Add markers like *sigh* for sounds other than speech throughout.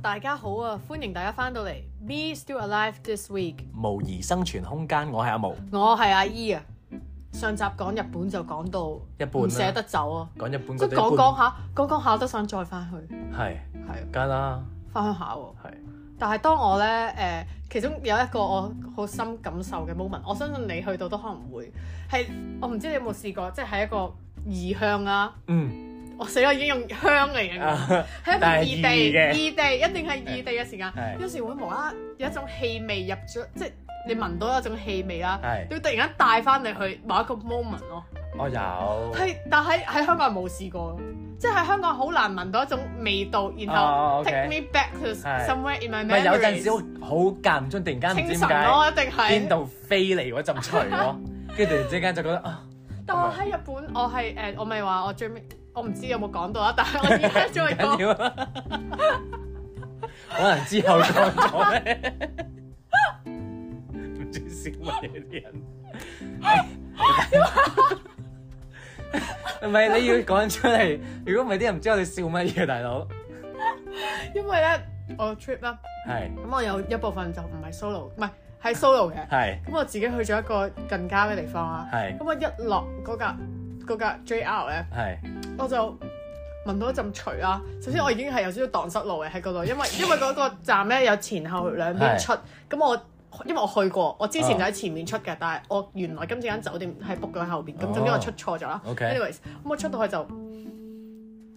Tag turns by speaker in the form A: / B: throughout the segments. A: 大家好啊，歡迎大家翻到嚟《Me Still Alive This Week》，
B: 無疑生存空間，我係阿毛，
A: 我係阿姨啊。上集講日本就講到
B: 一半
A: 唔
B: 啦
A: 捨得走啊，
B: 講日本
A: 即
B: 嗰
A: 係
B: 啲
A: 講
B: 一般
A: 講下，講講下都想再翻去，
B: 係
A: 係啊
B: 梗係啦，
A: 翻鄉下喎。
B: 係
A: 但係當我咧誒、呃其中有一個我好深感受嘅 moment，我相信你去到都可能會係，我唔知你有冇試過，即係喺一個異鄉啊， *laughs*
B: 嗯，
A: 我死啦已經用鄉嚟形容。喺一個
B: 啊但係
A: 異地
B: 異嘅
A: 異地一定係異地嘅時間，
B: 係
A: 有時會無啦啦有一種氣味入咗，即係你聞到有一種氣味啦，
B: 係
A: 要突然間帶翻你去某一個 moment 咯。
B: 我有
A: 係，但喺喺香港係冇試過咯，即係喺香港好難聞到一種味道，然
B: 哦
A: 後
B: ，OK
A: take me back to
B: 係
A: somewhere in my
B: 唔
A: memory。
B: 係有陣時好好間唔中，突然間唔
A: 清
B: 知
A: 晨
B: 點解
A: 咯，一定
B: 邊
A: 係。
B: 度飛嚟嗰陣除咯，跟住突然之間就覺得啊，
A: 但我喺日本，我係誒，我咪話我最尾，我唔知有冇講到啦，但係我而家
B: 唔
A: 再講
B: *laughs* 緊。要啊，可能之後講咗咧，唔知笑乜嘢啲人。唔係你要講出嚟，如果唔係啲人唔知我哋笑乜嘢，大佬。
A: 因為咧我 trip 啦，
B: 係
A: 咁我有一部分就唔係 solo，唔係係 solo 嘅。
B: 係
A: 咁我自己去咗一個近郊嘅地方啦。
B: 係
A: 咁我一落嗰架嗰架 JR 咧，
B: 係
A: 我就聞到一陣除啦。首先我已經係有少少蕩失路嘅喺嗰
B: *laughs*
A: 度，因為因為嗰個站咧有前後兩邊
B: 係哦
A: 出。咁我因為我去過，我之前就喺前面出嘅，但係我原來今次間酒店係 book 咗喺後邊，咁
B: 哦
A: 總之我出錯咗啦。
B: OK
A: anyways，咁我出到去就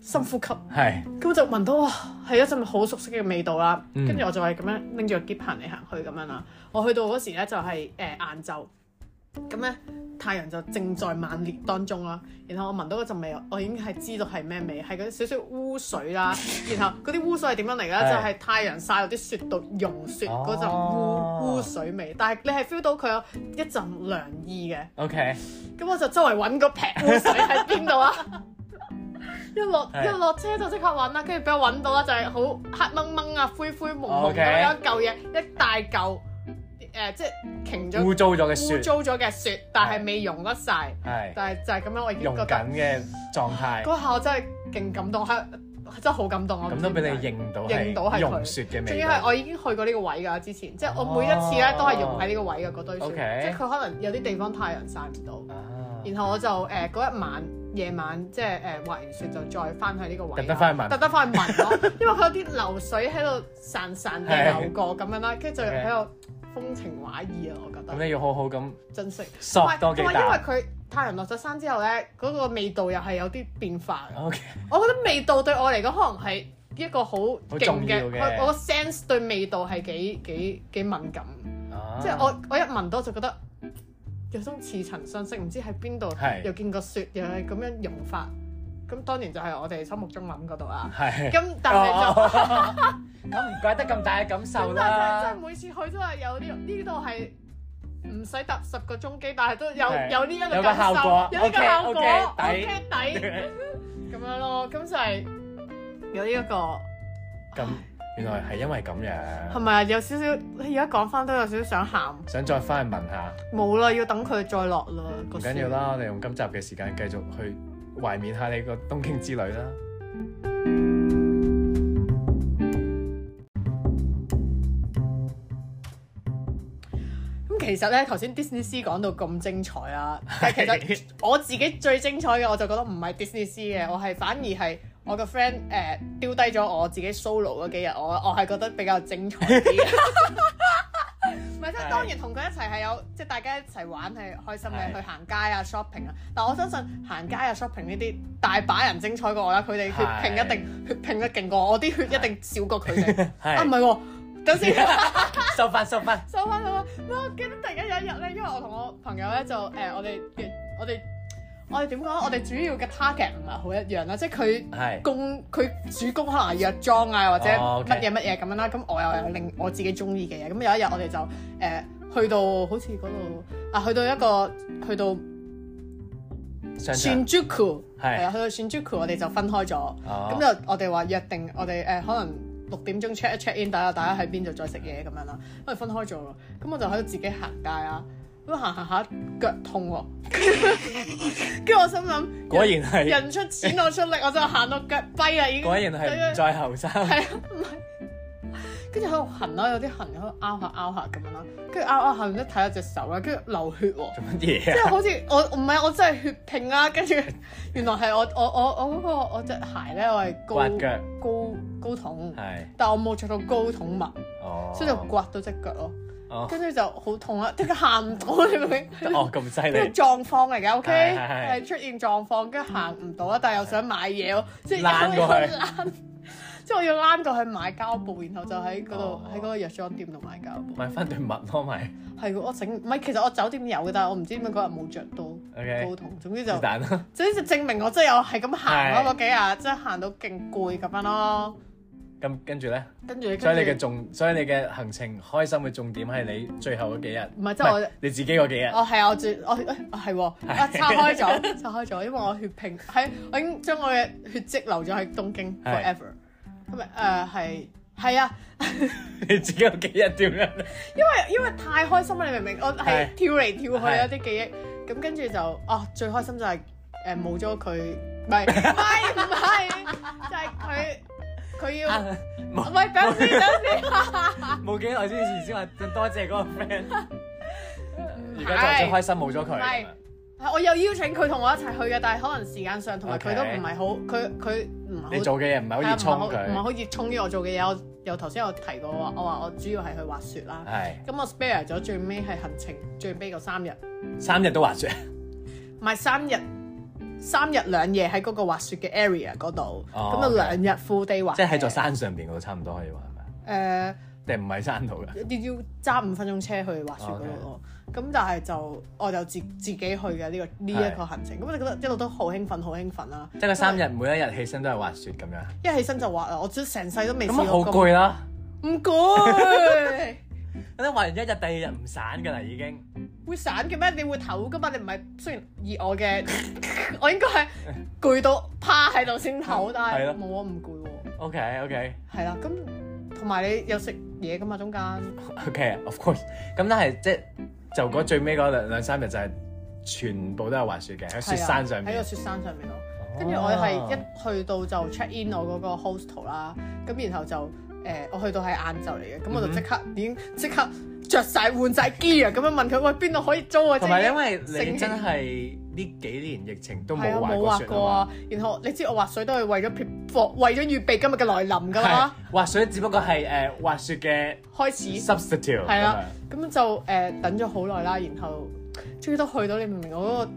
A: 深呼吸。
B: 係
A: 咁我就聞到哇，係一陣好熟悉嘅味道啦。
B: 嗯
A: 跟住、我就係咁樣拎住個喼行嚟行去咁樣啦。我去到嗰時咧就係誒晏晝，咁咧太陽就正在猛烈當中啦。然後我聞到嗰陣味，我已經係知道係咩味，係嗰啲少少污水
B: *laughs*
A: 啦。然後嗰啲污水係點樣嚟嘅咧？
B: 係
A: 就係太陽曬落啲雪度融雪嗰陣
B: 哦
A: 污污水味。但係你係 feel 到佢有一陣涼意嘅。
B: OK
A: 咁我就周圍
B: *laughs*
A: 揾個劈污水喺邊度啦。一落
B: 係
A: 一落車就即刻揾啦，跟住俾我揾到啦，就係好黑掹掹啊、灰灰蒙蒙
B: OK
A: 咁樣一嚿嘢，一大嚿誒、呃即係擎咗
B: 污糟咗嘅
A: 污
B: 雪
A: 糟咗嘅雪，但係未溶得晒。
B: 係
A: 但係就係咁樣，我已經
B: 用
A: 覺
B: 緊
A: 得
B: 嘅狀態，
A: 嗰下我真係勁感動，係真係好感動。我唔
B: 咁
A: 知
B: 都俾
A: 點
B: 你
A: 解
B: 認到
A: 認到係
B: 係
A: 佢
B: 融雪嘅
A: 仲
B: 味
A: 要係
B: 道。
A: 我已經去過呢個位㗎，之前即係我每一次咧都係用喺呢個位嘅嗰堆雪
B: OK
A: 即係佢可能有啲地方太陽曬唔到。
B: 啊
A: 然後我就誒嗰、一晚夜晚即係呃誒滑完雪就再翻去呢個位啦，
B: 特登翻去聞
A: 特登翻去聞
B: *laughs*
A: 咯，因為佢有啲流水喺度潺潺地
B: 係
A: 流過咁樣啦，跟住就喺度風情畫意啊，我覺
B: 咁
A: 得
B: 你要好好咁
A: 珍惜。同
B: 索
A: 埋
B: 多幾
A: 同埋因為
B: 啖。
A: 佢太陽落咗山之後咧，嗰、個味道又係有啲變化嘅。
B: OK
A: 我覺得味道對我嚟講可能係一個好
B: 好
A: 勁
B: 重要
A: 嘅，
B: 嘅
A: 我我 sense 對味道係幾幾幾敏感。
B: 啊，
A: 即係我我一聞到就覺得有種似曾相識，唔知喺邊度
B: 係
A: 又見過雪，又係咁樣融化。咁當然就係我哋心目中諗嗰度啦。
B: 係
A: 咁但
B: Ờ.
A: 係就
B: *laughs* 哦咁唔怪得咁大嘅感受
A: 但係真係
B: 啦
A: 真。係每次去都係有呢呢度係唔使搭十個鐘機，但係都有
B: 係
A: 有呢一個
B: 有個
A: 感
B: 效
A: 受
B: 果，
A: 有呢個效果
B: OK，OK，
A: ，OK
B: 抵 *laughs*
A: 抵咁樣咯。咁就係有呢一個。
B: 咁原來係因為咁
A: 係
B: 樣，
A: 咪啊？有少少，而家講翻都有少少想喊，
B: 想再翻去問下，
A: 冇啦，要等佢再落啦。唔
B: 唔緊要。啦，我哋用今集嘅時間繼續去懷緬下你個東京之旅啦。
A: 咁其實咧，頭先 Disney C 講到咁精彩
B: *laughs*
A: 啦，但係其實我自己最精彩嘅，我就覺得唔係 Disney C
B: 嗯
A: 嘅，我係反而係我個 friend 誒丟低咗我自己 solo 嗰幾日，我我係覺得比較精彩
B: *laughs*
A: 啲嘅。唔係，即係
B: 係
A: 當然同佢一齊係有，即係大家一齊玩係開心嘅，
B: 係
A: 去行街啊、shopping 啊。但我相信行街啊、shopping 呢啲大把人精彩過我啦，佢哋血拼一定血拼得勁過我，我啲血一定少過佢哋。啊，
B: *laughs*
A: 唔
B: 係
A: 係喎，等先。
B: 收翻收翻，
A: 收翻啦！咩？我記得突然間有一日咧，因為我同我朋友咧就誒、我哋嘅我哋我哋點講咧？我哋主要嘅 target 唔係好一樣啦，即係佢
B: 係
A: 供佢主攻可能係藥妝啊，或者
B: 哦，OK
A: 乜嘢乜嘢咁樣啦。咁我又有另我自己中意嘅嘢。咁有一日我哋就誒、去到好似嗰度啊，去到一個去到
B: 上場
A: Shinjuku
B: 係
A: 係啊，去到 Shinjuku 我哋就分開咗。
B: 哦
A: 咁就我哋話約定，我哋誒、可能六點鐘 check 一 check in，大家大家喺邊度再食嘢咁樣啦。因為分開咗咯，咁我就喺度自己行街啦。咁行行下腳痛喎， *laughs* 跟住我心諗，
B: 果然係
A: 人 *laughs* 出錢我出力，我就行到腳跛啦已經。
B: 果然係唔再後生。
A: 係啊，唔係跟住喺度痕啦，有啲痕喺度拗下拗下咁樣啦，跟住拗拗下，唔知睇下隻手啦，跟住流血喎、
B: 做乜嘢
A: 即
B: 啊？
A: 係好似我唔係我真係血拼啦，跟住原來係我我我我嗰、個我隻鞋咧，我係高
B: 刮腳
A: 高高筒，
B: 係
A: 但我冇着到高筒襪，
B: 哦，
A: 所以就刮到只腳咯，
B: 哦
A: 跟住就好痛啊啦，即係喊唔到你明唔明？
B: *laughs*
A: *laughs*
B: 哦咁犀
A: 呢個
B: 利，
A: 狀況嚟㗎，OK，
B: 係係係
A: 係出現狀況，跟住行唔到啊啦，但係又想買嘢咯，即係
B: 躝過去
A: 我要躝 *laughs* 即係我要躝過去買膠布，然後就喺嗰度
B: 哦
A: 喺嗰個藥妝店度買膠布。
B: 買翻對襪咯，咪
A: 係喎，我整唔係，其實我酒店有嘅，但係我唔知點解嗰日冇着到
B: OK
A: 高筒。總之就是
B: 但啦。
A: 總之就證明我真係有係咁行
B: 係
A: 咯，嗰幾日真係行到勁攰咁樣咯。
B: 咁跟住咧，
A: 跟住
B: 所以你嘅
A: 跟住
B: 重，所以你嘅行程開心嘅重點係你最後嗰幾日，
A: 唔係即係我
B: 唔係你自己嗰幾日。
A: 哦，係啊，我最我誒係喎，啊拆開咗， *laughs* 拆開咗，因為我血拼喺我已經將我嘅血跡留咗喺東京
B: 係
A: forever。咁咪誒呃係係啊，
B: *laughs*
A: *laughs*
B: 你自己有幾日點樣？
A: 因為因為太開心啦，你明唔明？我係
B: 係
A: 跳嚟跳去啊
B: 係
A: 啲記憶，咁跟住就哦最開心就係誒冇咗佢，
B: *laughs*
A: 唔係唔係唔係，就係佢佢
B: 啊
A: 要
B: 冇
A: 喂等先等先， *laughs*
B: 冇幾耐之前先話多謝嗰個 friend，而家就最開心冇咗佢係
A: 唔係
B: 咪。
A: 係我有邀請佢同我一齊去嘅，但係可能時間上同埋佢
B: OK
A: 都唔係好，佢佢啊唔係
B: 你
A: 好
B: 做嘅嘢唔係好熱衷
A: 唔係
B: 佢，
A: 好熱衷於我做嘅嘢。我由頭先有提過話，我話我主要係去滑雪啦。
B: 係
A: 咁我 spare 咗最尾係行程最尾嗰三日，
B: 三日都 *laughs* 滑雪。
A: 唔係三日。三日兩夜喺嗰個滑雪嘅 area 嗰度，
B: 哦
A: 咁啊
B: OK
A: 兩日 full day 滑
B: 即
A: 嘅。
B: 係喺座山上邊嗰度差唔多可以話係咪？
A: 誒，
B: 定唔係山度嘅？
A: 要要揸五分鐘車去滑雪嗰度咯。咁但係就我就自自己去嘅呢個呢一個行程。咁你覺得一路都好興奮，好興奮啦！
B: 即係三日每一日起身都係滑雪咁樣，
A: 一起身就滑啦，我真係成世都未
B: 咁
A: 試
B: 啊好
A: 過咁
B: 攰啦。
A: 唔攰。
B: 覺得滑完一日，第二日唔散㗎啦已經。
A: 會散嘅咩？你會唞噶嘛？你唔係雖然以我嘅，
B: *laughs*
A: 我應該係攰到趴喺度先唞，但
B: 嗯係
A: 係
B: 咯
A: 冇我唔攰喎。
B: OK OK。
A: 係啦，咁同埋你有食嘢噶嘛？中間
B: OK，of course。咁但係即係就嗰最尾嗰兩兩三日就係全部都係滑雪嘅，喺雪山上
A: 係啊喺
B: 面
A: 個。雪山上面咯。
B: 哦
A: 跟住我係一去到就 check in 我嗰個 hostel 啦，咁然後就誒、呃我去到係晏晝嚟嘅，
B: 嗯
A: 咁我就即刻已經即刻着晒換晒 gear 咁樣問佢喂邊度可以租啊？
B: 同埋
A: 即係已經
B: 因為你
A: 醒
B: 真
A: 起
B: 係呢幾年疫情都
A: 係
B: 冇
A: 啊，
B: 滑
A: 冇
B: 過
A: 滑
B: 雪
A: 過
B: 啊
A: 啊！然後你知我滑水都係為咗 prep 為咗預備今日嘅來臨
B: 嘛，
A: 㗎啦，
B: 係滑雪只不過係誒滑雪嘅
A: 開始
B: substitute
A: 係啊啦
B: 咁樣，
A: 咁就誒、呃等咗好耐啦，然後終於都去到，你明唔明我嗰、個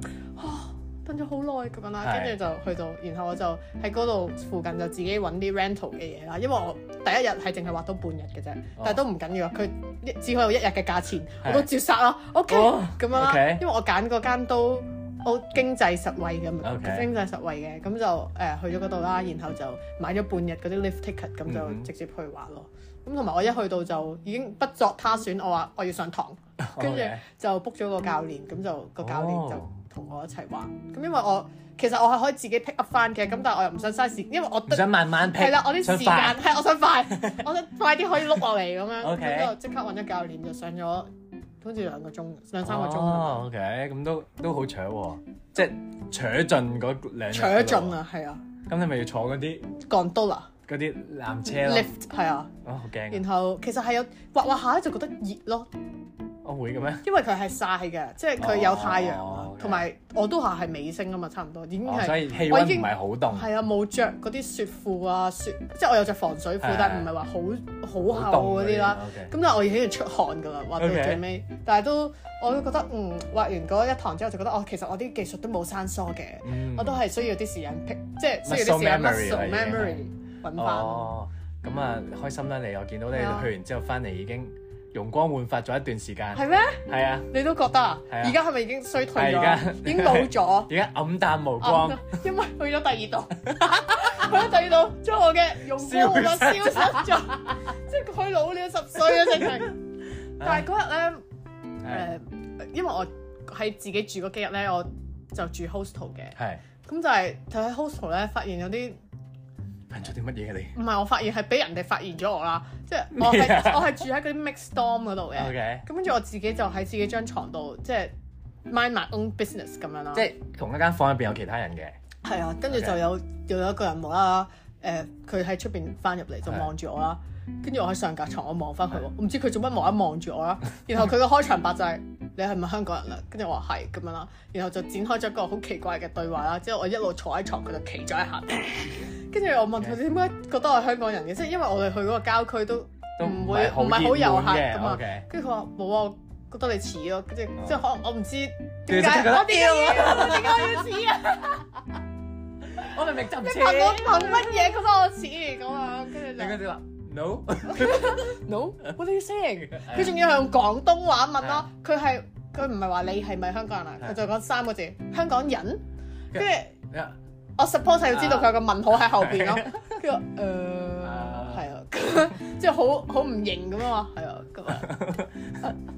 A: 啊等咗好耐咁樣啦，
B: 係
A: 跟住就去到，然後我就喺嗰度附近就自己揾啲 rental 嘅嘢啦，因為我第一日係淨係滑到半日嘅啫，
B: 哦
A: 但係都唔緊要啊，佢一只可以有一日嘅價錢，我都照殺啦，OK
B: 哦
A: 咁樣啦
B: OK
A: 因為我揀嗰間都。我經濟實惠嘅
B: OK
A: 經濟實惠嘅，咁就誒、呃去咗嗰度啦，然後就買咗半日嗰啲 lift ticket，咁
B: 嗯哼
A: 就直接去滑咯。咁同埋我一去到就已經不作他選，我話我要上堂，跟住
B: OK
A: 就 book 咗個教練，咁就個教練就
B: 哦
A: 同我一齊玩。咁因為我其實我係可以自己 pick up 翻嘅，咁但係我又唔想嘥時，因為我
B: 唔想慢慢 pick，
A: 係啦，我啲時
B: 想
A: 間
B: 快
A: 係我想快， *laughs* 我想快啲可以碌落嚟咁樣，
B: *laughs* OK
A: 咁就即刻揾咗教練就上咗好似兩個鐘兩三個鐘啊咁樣，
B: 哦，OK，咁都都好扯喎，即係扯盡嗰兩日
A: 扯
B: 嗰度
A: 盡！啊，係啊
B: 咁你咪要坐嗰啲
A: 降多啦
B: 嗰啲纜車咯，
A: lift 係啊，
B: 哦好驚
A: 然
B: 啊！
A: 後其實係有滑滑下咧就覺得熱咯。
B: 我哦會嘅咩？
A: 因為佢係晒嘅，即係佢有太陽啊
B: 哦，
A: 同埋我都係係尾聲啊嘛，差唔多已經
B: 哦所
A: 係
B: 以氣
A: 我
B: 温
A: 已
B: 唔
A: 經
B: 係好凍。
A: 係啊冇着嗰啲雪褲啊，雪即係我有着防水褲
B: 係，啊
A: 但係唔係話好好厚嗰啲啦。
B: OK
A: 咁但係我已經要出汗㗎啦，滑到
B: OK
A: 最尾，但係都我都覺得嗯滑完嗰一堂之後就覺得哦，其實我啲技術都冇生疏嘅，
B: 嗯
A: 我都係需要啲時間 pick，即係需要啲時
B: Muscle memory
A: 間
B: 啦
A: muscle
B: 已經係啊
A: memory 揾翻。
B: 哦，咁啊，開心啦你！我見到你
A: 係啊
B: 去完之後翻嚟已經容光煥發咗一段時間，
A: 係咩？
B: 係啊，
A: 你都覺得啊？
B: 係啊
A: 而家係咪已經衰退
B: 係
A: 咗
B: 而家
A: 啊？已經老咗。
B: 而家黯淡無光，
A: 哦因為去咗第二度， *laughs* 去咗第二度，將我嘅容光煥發消失咗， *laughs* 即係佢老了十歲啊！真 *laughs* 係。但係嗰日
B: 係
A: 咧，誒，因為我喺自己住嗰幾日咧，我就住 hostel 嘅，
B: 係
A: 咁就係就喺 hostel 咧發現有啲
B: 噴咗啲乜嘢嘅你
A: 唔係我發現係俾人哋發現咗我啦，即係我 *laughs*
B: 咩啊
A: 係我係住喺嗰啲 mixed dorm 嗰度嘅，
B: ？OK，
A: 咁跟住我自己就喺自己張床度即係 mind my own business 咁樣啦
B: 即。係同一間房入邊有其他人嘅，
A: 係啊，跟住
B: 嗯 OK
A: 呃就有又有一個人無啦啦誒，佢喺出邊翻入嚟就望住我啦，跟住我喺上格床，我望翻佢喎，我唔知佢做乜望一望住我啦。
B: *laughs*
A: 然後佢嘅開場白就係、你係咪香港人啦？跟住我話係咁樣啦。然後就展開咗一個好奇怪嘅對話啦。之後我一路坐喺床，佢就企咗喺下
B: *laughs*
A: 邊。跟住我問佢點解覺得我係香港人嘅，即係因為我哋去嗰個郊區都
B: 都
A: 唔
B: 唔
A: 會
B: 係好
A: 唔係好遊客
B: 熱
A: 咁
B: 門嘅
A: 啊。
B: ，OK。
A: 跟住佢話冇啊，我覺得你似咯，即係
B: 哦
A: 即係可能我唔知
B: 跟
A: 點
B: 住就
A: 解
B: 覺得啊
A: 我點解要我點解我要似啊？
B: 我明明就唔
A: 你
B: 似
A: 問啊我憑乜嘢覺得我似咁樣？跟住
B: 你
A: 就
B: 嗰。啲話啊
A: *laughs*
B: no， *laughs*
A: No, what are you saying？佢 *laughs* 仲要係用廣東話問咯，佢係佢唔係話你係咪香港人啊？
B: 係
A: 佢就講三個字香港人，跟住
B: 啊
A: 我 suppose 係要知道佢有個問號喺後邊咯
B: 係。 *laughs*
A: 跟住我誒
B: 啊
A: 係啊， *laughs* 咁即係好好唔認咁啊嘛，係啊，咁啊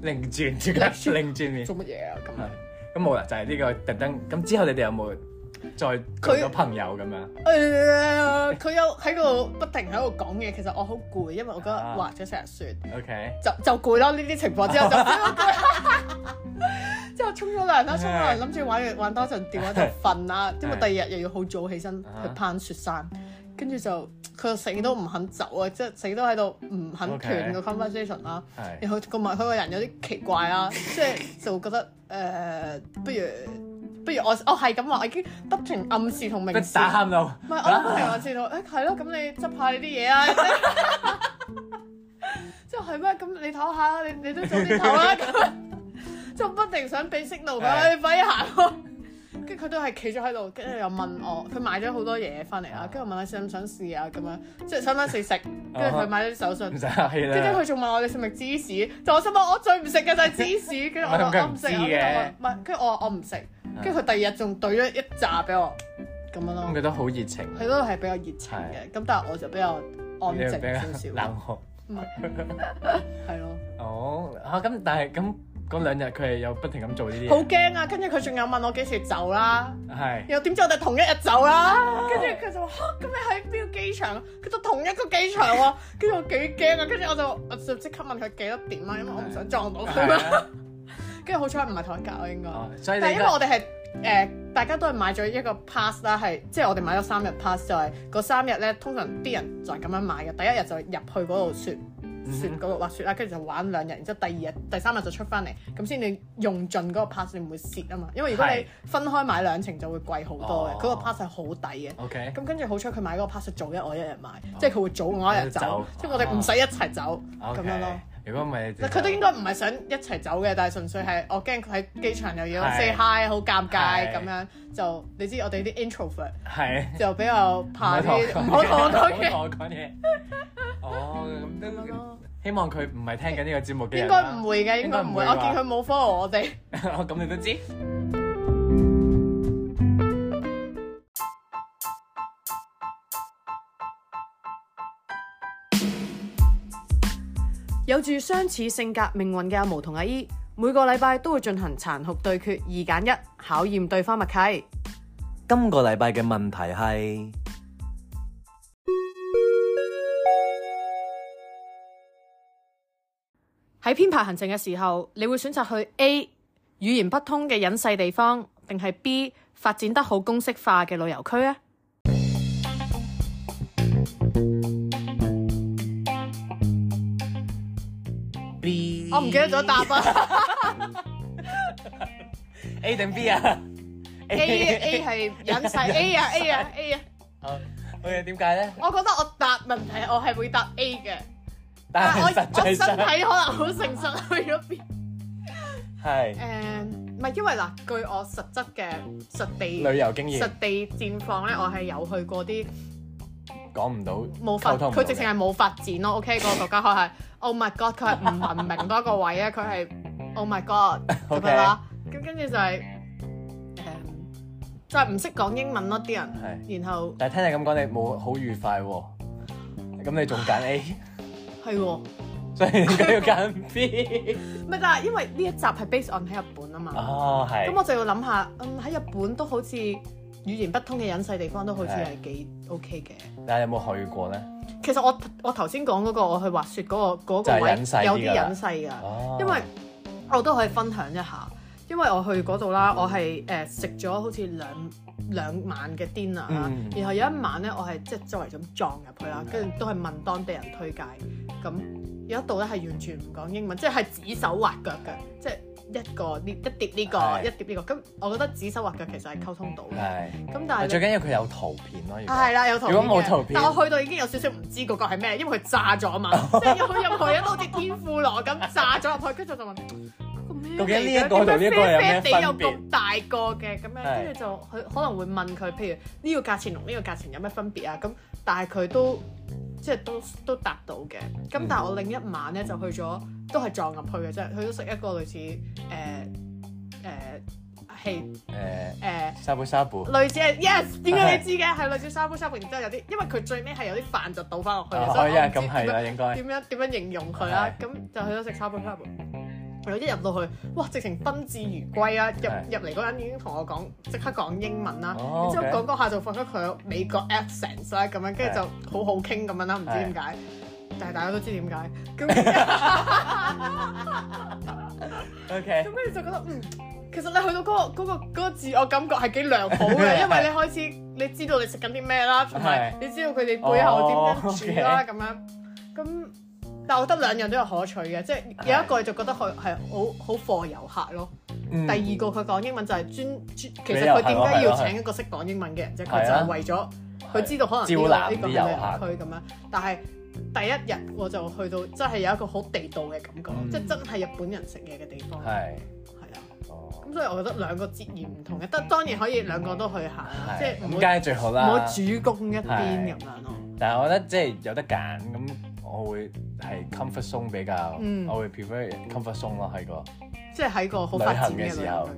B: 擰轉即刻擰轉面，
A: 做乜嘢啊咁啊？
B: 咁冇啦，就係呢個特登。咁之後你哋有冇再做咗朋友咁樣？
A: 誒呃佢有喺度不停喺度講嘢，其實我好攰，因為我覺得
B: 啊
A: 滑咗成日雪。
B: OK，
A: 就就攰咯，呢啲情況
B: *laughs*
A: 之後就 *laughs* 之後沖咗涼啦，沖咗涼諗住玩玩多陣，掉喺度瞓啦，因為第二日又要好早起身
B: 啊
A: 去攀雪山，跟住就佢就死都唔肯走啊，即係死都喺度唔肯
B: OK
A: 斷個 conversation 啦。
B: 係
A: 然後同埋佢個人有啲奇
B: *laughs*
A: 怪啦，即係就覺得誒、呃不如不如我我係咁話，我已經不停暗示同明
B: 不
A: 示。
B: 打喊路，
A: 唔係，我諗佢係話知道，誒係咯，咁你執下你啲嘢啊， *laughs* 即係係咩？咁你唞下啦，你你都早啲唞啦，咁就不停想俾 signal 佢，
B: 係
A: 你快啲行咯。跟住佢都係企咗喺度，跟住又問我，佢買咗好多嘢翻嚟啦，跟住我問佢想唔想試啊，咁樣即係想唔想試食，跟住佢買咗啲手
B: *laughs* 唔
A: 信。
B: 使客氣
A: 跟住
B: 啦
A: 佢。仲問我哋食唔食芝士，就我心諗我最唔食嘅就係芝士，跟住我
B: 唔係咁佢
A: 話我
B: 唔
A: 唔食，
B: 知
A: 啊我
B: 嘅
A: 唔係，跟住我話我唔食，跟住佢第二日仲懟咗一紮俾我，咁樣咯
B: 咁。佢都好熱情，
A: 佢嗰度係比較熱情嘅，咁但係我就比較安
B: 你又
A: 靜少
B: 比較
A: 少，
B: 冷酷。
A: 係咯，
B: 哦，啊咁，但係咁嗰兩日佢係有不停咁做呢啲
A: 好
B: 嘢，
A: 驚啊！跟住佢仲有問我幾時走啦，
B: 係
A: 又點知我哋同一日走
B: *laughs*
A: 啦？跟住佢就話：嚇，咁你喺邊個機場？佢就同一個機場喎， *laughs* 跟住我幾驚啊！跟住我就我就即刻問佢幾多點啊啦，因為我唔想撞到佢 *laughs*
B: 係
A: 啦。
B: 啊
A: 跟住好彩唔係同一格咯，應該。
B: 哦所以
A: 但
B: 你
A: 係因
B: 都
A: 為我哋係誒，大家都係買咗一個 pass 啦，係即係我哋買咗三日 pass，就係嗰三日咧，通常啲人就係咁樣買嘅。第一日就入去嗰度雪
B: 嗯
A: 雪嗰度滑雪啦，跟住就玩兩日，然之後第二日、第三日就出翻嚟，咁先至用盡嗰個 pass，你唔會蝕啊嘛。因為如果你
B: 係
A: 分開買兩程就會貴好多嘅，
B: 哦
A: 嗰、個 pass 係好抵嘅。
B: OK，
A: 咁跟住好彩佢買嗰個 pass 早一我一日買，即係佢會早我一日走
B: 哦走，哦
A: 即係我哋唔使一齊走咁
B: OK
A: 樣咯。。
B: 如果唔係，
A: 佢都應該唔係想一齊走嘅，但係純粹係我驚佢喺機場又要
B: 係
A: say hi，好尷尬
B: 係
A: 咁樣，就你知我哋啲 introvert *laughs*
B: 係。
A: 就比較怕
B: 唔
A: 啲唔好同我講嘢，
B: 我講嘢。哦，咁
A: 咁
B: 都
A: 咯
B: 希望佢唔係聽緊呢個節目嘅
A: 應
B: 人
A: 該
B: 啦
A: 唔會嘅，應
B: 應該
A: 該唔會。
B: 唔會
A: 我
B: 話
A: 見佢冇 follow 我哋，
B: *laughs* 哦，咁你都知。
A: 有住相似性格命運嘅阿毛同阿 E，每個禮拜都會進行殘酷對決，二揀一，考驗對方默契。
C: 今個禮拜嘅問題係
A: 喺編排行程嘅時候，你會選擇去 A 語言不通嘅隱世地方，定係 B 發展得好公式化嘅旅遊區啊咧？
B: B，
A: 我唔記得咗答啊 *laughs* 案。
B: A 定 B 啊
A: A 啊 A 係隱世 A 啊 A 啊 A 啊！
B: 好，OK，點解咧？
A: 我覺得我答問題我係會答 A 嘅，
B: 但
A: 啊但係我
B: 係 *laughs* 實
A: 我
B: 際
A: 身
B: 上
A: 體可能好誠實去咗邊？
B: 係
A: 誒，唔係因為嗱，據我實質嘅實地
B: 旅遊經驗
A: 實地戰況咧，我係有去過啲。
B: 講唔到，
A: 冇發，
B: 溝通唔到
A: 佢直情係冇發展咯。OK，個國家佢係 Oh my God，佢係唔文明多一個位啊，佢係 Oh my God 咁
B: *laughs* OK
A: 樣啦。咁跟住就係、誒、就係唔識講英文咯啲人。然後
B: 但係聽你咁講，你冇好愉快喎。咁你仲揀 A， *laughs*
A: 係喎，
B: 所以你應該要揀 B。
A: 咪但係因為呢一集係 based on 喺日本啊嘛，
B: 哦，係。
A: 咁我就要諗下，嗯喺日本都好似語言不通嘅隱世地方都好似係幾 OK 嘅。
B: 但係你有冇去過咧？
A: 其實我我頭先講嗰個我去滑雪嗰、個嗰、
B: 就係
A: 個位
B: 隱世啲
A: 有
B: 㗎啦
A: 啲隱世㗎。
B: 哦，
A: 因為我都可以分享一下，因因為我去嗰度啦，我係誒食咗好似兩兩晚嘅 dinner 啦，
B: 嗯
A: 然後有一晚咧，我係即係周圍咁撞入去啦，跟住都係問當地人推介，咁有一度咧係完全唔講英文，即係係指手畫腳嘅，即係一個呢一碟呢、個
B: 係
A: 一碟呢、個，咁我覺得指手畫腳其實係溝通到嘅，
B: 係。
A: 咁但
B: 但
A: 係
B: 最
A: 你
B: 緊要佢有圖片咯，如果
A: 啊係啦，有圖片嘅
B: 如果冇圖片
A: 但我去到已經有少少唔知嗰個係咩，因為佢炸咗
B: *laughs*
A: 啊嘛，即係入去入去一路好似天婦羅咁炸咗入去，跟住我
B: *laughs*
A: 就問。
B: 究竟呢一個同呢一個有咩分別
A: 點解啡啡地有咁大個嘅咁樣，
B: 係
A: 跟住就佢可能會問佢，譬如呢個價錢同呢個價錢有咩分別啊？咁但係佢都即係都都答到嘅。
B: 嗯
A: 咁但係我另一晚咧就去咗，都係撞入去嘅啫。佢都食一個類似誒誒係
B: 誒
A: 誒。
B: 沙布沙布，
A: 類似係 yes，點解你知嘅？係類似沙煲沙煲，然之後有啲，因為佢最尾係有啲飯就倒翻落去嘅，所
B: 哦，
A: 以
B: 因
A: 我
B: 為
A: 唔知
B: 咁係
A: 點樣
B: 啦，應該
A: 點樣點樣形容佢啦。咁就去咗食沙煲沙煲，我一入到去，哇！直情賓至如歸啦！入
B: 係
A: 入嚟嗰人已經同我講，即刻講英文啦。
B: 哦
A: 然之後
B: OK
A: 講講下就放咗佢美國 accent 啦，咁樣跟住就好好傾咁樣啦，唔知點解。但係大家都知點解，咁
B: *laughs*
A: *laughs*
B: OK
A: 咁跟住就覺得嗯，其實你去到嗰、個嗰、個嗰個自我感覺係幾良好
B: *laughs*
A: 嘅，因為你開始你知道你食緊啲咩啦，同埋你知道佢哋背
B: 哦
A: 後點樣煮啦咁樣。咁但我覺得兩樣都有可取嘅，即係有一個就覺得佢係好好貨遊客咯。
B: 嗯。
A: 第二個佢講英文就係專專，其實佢點解要請一個識講英文嘅人啫？佢就係為咗佢知道可能呢、
B: 係
A: 個
B: 啊招攬啲遊
A: 呢、個係旅遊區咁樣，但係。第一日我就去到，真係有一個好地道嘅感覺，
B: 嗯
A: 即係真係日本人食嘢嘅地方，係
B: 係
A: 啊。
B: 哦，
A: 咁所以我覺得兩個截然唔同嘅，得當然可以兩個都去下啦，即
B: 係
A: 係
B: 咁
A: 唔
B: 梗
A: 會
B: 係最好
A: 唔
B: 啦。
A: 好主攻一邊咁樣咯。
B: 但係我覺得即係有得揀，咁我會係 comfort zone 比較，
A: 嗯
B: 我會 prefer comfort zone 咯喺個。
A: 即係喺個好發展嘅旅
B: 旅行嘅時候
A: 遊區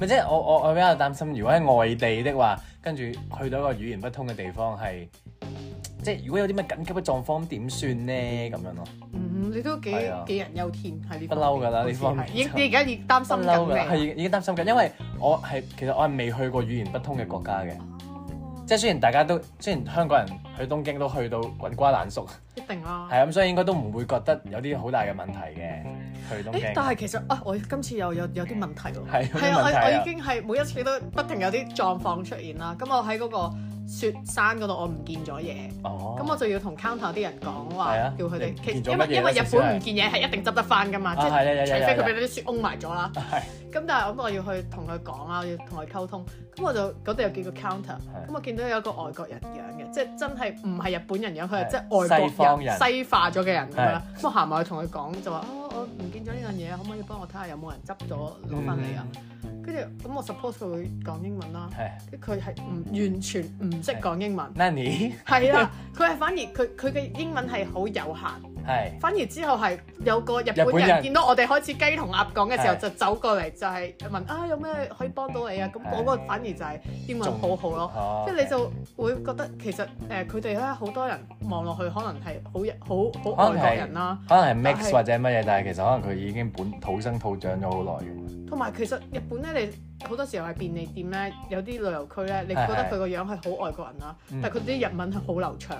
B: 咪即係我我我比較擔心，如果喺外地的話，跟住去到一個語言不通嘅地方係，即係如果有啲咩緊急嘅狀況咁點算呢？咁樣咯，
A: 嗯，你都幾
B: 係啊
A: 杞人憂天喺呢
B: 不
A: 方面
B: 嬲㗎啦呢方
A: 好似
B: 面
A: 係已你而家已擔心
B: 不
A: 緊
B: 嬲㗎
A: 未
B: 啦，係
A: 啊？
B: 已已經擔心緊，因為我係其實我係未去過語言不通嘅國家嘅，
A: 哦
B: 即係雖然大家都雖然香港人去東京都去到滾瓜爛熟，
A: 一定啦。
B: 係啊咁，所以應該都唔會覺得有啲好大嘅問題嘅去東
A: 誒，
B: 京
A: 但。係其實啊，我今次又有有啲問題喎。
B: *laughs* 係有啲
A: 啊，我
B: 問題啊
A: 我已經係每一次都不停有啲狀況出現啦。咁我喺嗰個雪山嗰度，我唔見咗嘢。
B: 哦，
A: 咁我就要同 counter 啲人講話
B: 係啊，
A: 叫佢哋
B: 你
A: 其
B: 見
A: 實
B: 咗
A: 因
B: 乜嘢
A: 為
B: 咧
A: 因為日
B: 首先
A: 本
B: 係
A: 唔見嘢係一定執得翻噶嘛，即
B: 啊係有有有
A: 係除非佢
B: 有
A: 俾你啲雪擁埋咗啦。
B: 係
A: 咁但係咁我要去同佢講啦，我要同佢溝通。咁我就嗰度有幾個 counter，
B: 係
A: 咁我見到有一個外國人樣嘅，即係真係唔係日本人樣，佢係
B: 係
A: 即係外
B: 西
A: 國
B: 方
A: 人
B: 人
A: 西化咗嘅人咁樣啦。咁我行埋去同佢講就話：哦，我唔見咗呢樣嘢，可唔可以幫我睇下有冇人執咗攞翻嚟啊？跟住咁我 suppose 佢會講英文啦，
B: 嗯係
A: 跟住佢係唔完全唔識講英文，
B: 那你
A: 係
B: *laughs*
A: 啦，佢係反而佢佢嘅英文係好有限。
B: 係
A: 反而之後係有個日
B: 日
A: 本
B: 本
A: 人
B: 人
A: 見到我哋開始雞同鴨講嘅時候，
B: 係
A: 就走過嚟就係問啊有咩可以幫到你啊？咁
B: 係
A: 嗰個反而就係英文好好咯，
B: 哦
A: 即係你就會覺得其實誒佢哋咧好多人望落去可能係好日好
B: 可
A: 好外
B: 能
A: 國
B: 係
A: 人啦，
B: 可能係
A: 但
B: mix
A: 係
B: 或者乜嘢，但係其實可能佢已經本土生土長咗好耐嘅嘛。
A: 同埋其實日本咧你好多時候係便利店咧有啲旅遊區咧，你覺
B: 係
A: 得
B: 係
A: 佢個樣係好外國人啦，
B: 嗯
A: 但係佢啲日文係好流暢㗎，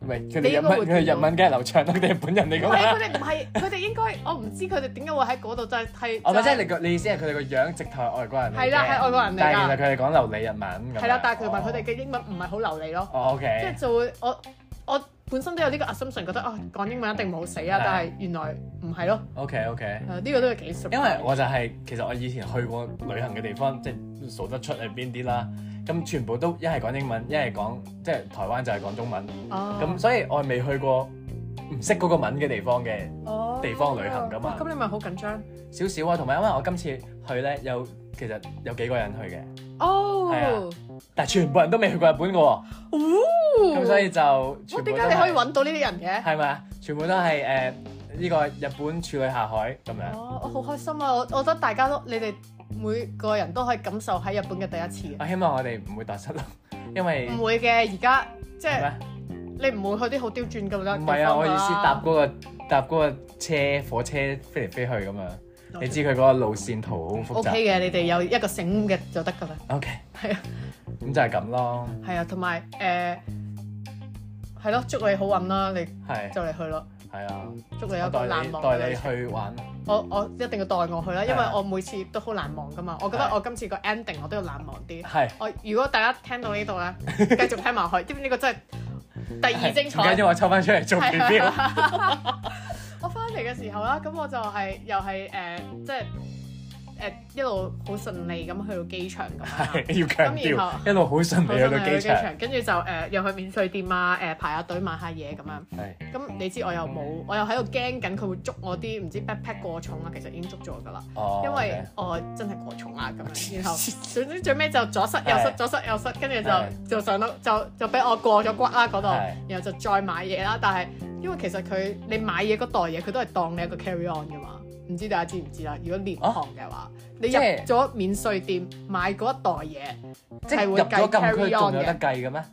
B: 唔係佢哋
A: 你應
B: 日
A: 該
B: 文，佢
A: 會見到
B: 哋日文梗係流暢啦，佢哋日本人嚟
A: 唔
B: 噶
A: 啊係啊佢
B: 嘛。
A: 哋唔係佢哋應該我唔知佢哋點解會喺嗰度就係係
B: 我哦咪即係
A: 就
B: 你個你意思係佢哋個樣直頭係外國人嚟嘅
A: 係啦係外國人嚟㗎
B: 但係其實佢哋講流利日文咁樣。
A: 係啦，但係同埋佢哋
B: 哦。
A: 嘅英文唔係好流利咯。
B: 哦
A: 即
B: OK
A: 係。就會我我本身都有呢個 assumption，覺得啊講英文一定唔好死啊
B: 係，
A: 但係原來唔係咯，
B: OK OK。
A: 誒呢個都係幾 surprise
B: 因為我就係、其實我以前去過旅行嘅地方，即係數得出係邊啲啦。咁全部都一係講英文，一係講即係台灣就係講中文。
A: 哦
B: 咁所以我係未去過唔識嗰個文嘅地方嘅。
A: 哦
B: 地方旅行㗎嘛
A: 哇咁你咪好緊張
B: 少少啊，同埋因為我今次去咧，有其實有幾個人去嘅，係
A: 哦，
B: 但係全部人都未去過日本嘅喎，咁、
A: 咁
B: 所以就
A: 我
B: 全部
A: 哦點
B: 都
A: 解你可以
B: 係
A: 揾到呢啲人嘅？
B: 係咪啊？全部都係誒呢個日本處女下海咁樣，
A: 哦，我好開心啊！我我覺得大家都你哋每個人都可以感受喺日本嘅第一次
B: 我希望我哋唔會突失咯，
A: 嗯
B: 因為
A: 嘅，唔會嘅而家即
B: 係
A: 係
B: 咩
A: 你唔會去啲好刁鑽咁樣嘅地方
B: 唔
A: 㗎哦
B: 係
A: 啦
B: 啊，我意思搭嗰、個搭嗰個車火車飛嚟飛去咁樣，你知佢嗰個路線圖好
A: 哦 O
B: 複
A: K
B: 雜。
A: 嘅，你哋有一個醒悟嘅就得㗎啦，
B: O K，
A: 係啊。
B: 咁就係咁咯，
A: 係啊，同埋誒係咯，祝你好運啦！你
B: 係
A: 就嚟去咯，
B: 係啊，
A: 祝你
B: 我
A: 有一個難忘
B: 代
A: 嘅
B: 你代
A: 旅
B: 你
A: 程。
B: 去玩，
A: 我我一定要帶我去啦，因為
B: 係啊
A: 我每次都好難忘噶嘛。我覺得
B: 係
A: 我今次個 ending 我都要難忘啲。
B: 係。
A: 我如果大家聽到呢度咧，
B: *laughs*
A: 繼續聽埋去，因為呢個真係第二精
B: 唔緊
A: 彩。
B: 要，我抽翻出嚟做 review。啊
A: *laughs* 我翻嚟嘅時候啦，咁我就係、又係誒、即係誒、一路好順利咁去到機場咁樣啦。
B: 係要強
A: 咁然後
B: 調，一路好順
A: 好
B: 利去到
A: 順利
B: 機
A: 去
B: 場。
A: 場，跟住就誒、又去免稅店啊，誒、排下隊買下嘢咁樣。
B: 係
A: 咁你知我又冇，我又喺度驚緊佢會捉我啲唔知 backpack 過重啊，其實已經捉咗㗎啦。
B: 哦，
A: 因為
B: OK
A: 我真係過重啦咁樣，
B: *laughs*
A: 然後總之最尾就左塞右塞
B: 係
A: 左塞右塞，跟住
B: 係
A: 就就上到就就俾我過咗骨啦嗰度
B: 係，
A: 然後就再買嘢啦。但係因為其實佢你買嘢嗰袋嘢，佢都係當你一個 carry on 噶嘛。唔知大家知唔知啦？如果連行嘅
B: 哦
A: 話，你入
B: 即係
A: 咗免税店買嗰一袋嘢，
B: 即係
A: 係
B: 入
A: 會計
B: 咗禁
A: carry
B: 區仲有
A: on
B: 得
A: 嘅。
B: 計嘅咩？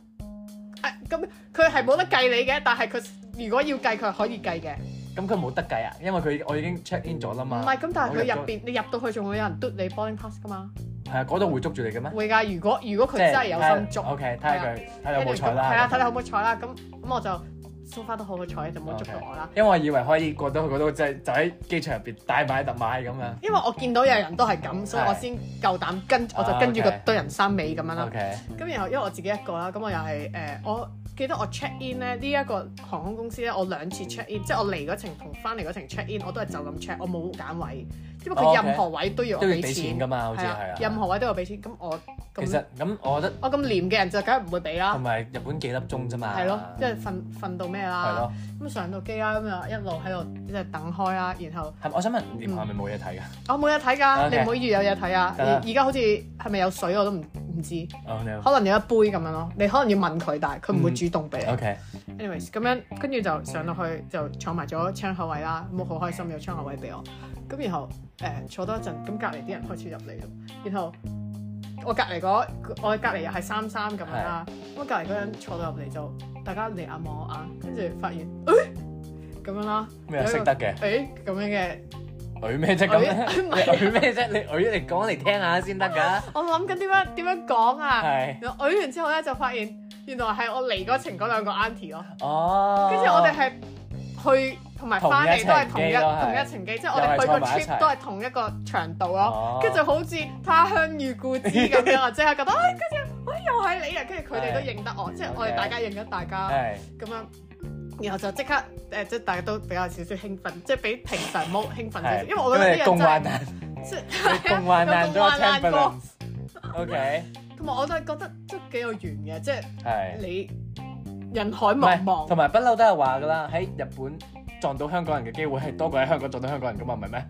A: 啊咁佢係冇得計你嘅，但係佢如果要計，佢可以計嘅。
B: 咁佢冇得計啊，因為佢我已經 check in 咗啦
A: 唔
B: 嘛。
A: 係咁，但係
B: 我
A: 佢入
B: 咗
A: 邊你入到去仲會有人嘟你 boarding pass 噶嘛？
B: 係啊，嗰度會捉住你嘅咩？
A: 會㗎，如果如果佢真係有心捉。
B: O K，睇下佢睇下有冇彩
A: 係啊，
B: 啦。
A: 睇你好唔好彩啦。咁咁我就 so far 都好好彩，就冇捉到我啦。
B: 因為我以為可以過到去嗰度，即係就喺機場入邊大買特買咁樣。
A: 因為我見到有人都係咁，所以我先夠膽跟，我就跟住個
B: 啊 OK
A: 堆人三尾咁樣
B: O
A: 啦。
B: K，
A: 咁然後因為我自己一個啦，咁我又係誒，我記得我 check in 咧呢一個航空公司咧，我兩次 check in，即係我嚟嗰程同翻嚟嗰程 check in，我都係就咁 check，我冇揀位，因為
B: 哦
A: 佢
B: ，OK
A: 任何位都要我
B: 都要
A: 俾
B: 俾錢
A: 錢
B: 㗎。嘛，好似
A: 係
B: 係
A: 啊
B: 啊，。
A: 任何位都要俾錢，咁我
B: 其
A: 咁
B: 實咁，我覺得
A: 我咁廉嘅人就梗係唔會俾啦
B: 同，埋日本幾粒鐘啫嘛。
A: 係咯，即係瞓瞓到咩
B: 啊係
A: 啦
B: 咯。。
A: 咁上到機啦，咁啊一路喺度即係等開啦，然後
B: 係咪我想問，廉航係咪冇嘢睇㗎？
A: 我冇嘢睇㗎，
B: OK
A: 你每月有嘢睇啊？
B: 得啦
A: 而而家好似係咪有水我都唔唔知，
B: 哦，no。
A: 可能有一杯咁樣咯。你可能要問佢，但係佢唔會
B: 嗯
A: 主動俾你。
B: O K，
A: anyways 咁樣跟住就上到去就坐埋咗窗口位啦，咁我好開心有窗口位俾我。咁然後誒、坐多一陣，咁隔離啲人開始入嚟咯。然後我隔離嗰我隔離又係三三咁樣啦，咁隔離嗰人坐到入嚟就大家你眼望我眼，跟住發現誒咁、樣啦，
B: 咩識得嘅？
A: 誒咁樣嘅。
B: 佢咩 *laughs* 啫咁？
A: 佢
B: 你佢咩啫？你佢嚟講嚟聽下先得㗎。
A: 我諗緊點樣點樣講啊！
B: 係。
A: 然後我完之後咧，就發現原來係我嚟嗰程嗰兩個 auntie 咯。
B: 哦。
A: 跟住我哋係去同埋翻嚟都係同一
B: 同一程機咯係
A: 同一程機，即係我哋
B: 又係
A: 去個
B: 坐埋一齊
A: trip 都係同一個長度咯
B: 哦。
A: 跟住就好似他鄉遇故知咁
B: *laughs*
A: 樣啊！即係覺得，哎，跟住，哎，又係你啊！跟住佢哋都認得我，即係我哋
B: OK
A: 大家認得大家。
B: 係。
A: 咁樣，然後就即刻誒、即係大家都比較少少興奮，即係比平常冇興奮少少，
B: 係。
A: 因為我覺得
B: 因
A: 呢
B: 為
A: 人
B: 共
A: 真
B: 患
A: 係
B: 難，
A: 即
B: *laughs* 你
A: 係
B: 共患難
A: 有
B: 咗
A: 共患
B: ten
A: 難過
B: balance。O K，
A: 同埋我都係覺得都幾有緣嘅，即係
B: 係。
A: 你人海
B: 唔
A: 茫
B: 係，
A: 茫
B: 同。埋不嬲都係話㗎啦，喺日本撞到香港人嘅機會係多過喺香港撞到香港人㗎嘛，
A: *laughs*
B: 唔係咩？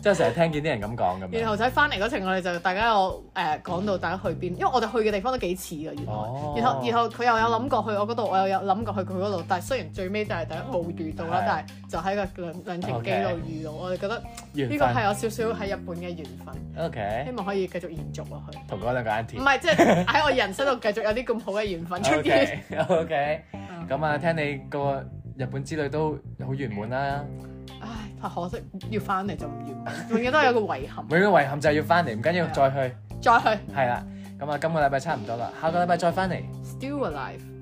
B: 即係成日聽見啲人咁講咁
A: 然
B: 樣。
A: 後仔翻嚟嗰程，我哋就大家有誒講到大家去邊，因為我哋去嘅地方都幾似嘅原來。
B: 哦
A: 然後然後佢又有諗過去我嗰度，我又有諗過去佢嗰度，但係雖然最尾就係第一冇遇到啦
B: 係，
A: 但係就喺個兩兩程機度
B: OK
A: 遇到，我哋覺得呢
B: 緣
A: 個係
B: 分。
A: 有少少喺日本嘅緣分，
B: O K，
A: 希望可以繼續延續落去。
B: 同嗰兩個 a u n t
A: 唔係即係喺我人生度繼續有啲咁好嘅緣分出
B: O
A: 現。
B: K O K，
A: 嗯
B: 咁啊，聽你個日本之旅都好圓滿啦。
A: 嗯唉，可惜要翻嚟就唔圓滿，永遠都有個遺憾。
B: 永遠遺憾就係要翻嚟，唔緊要
A: 係啊
B: 再去，
A: 再去
B: 係啦。咁啊，今個禮拜差唔多啦，下個禮拜再翻嚟。
A: ，still alive。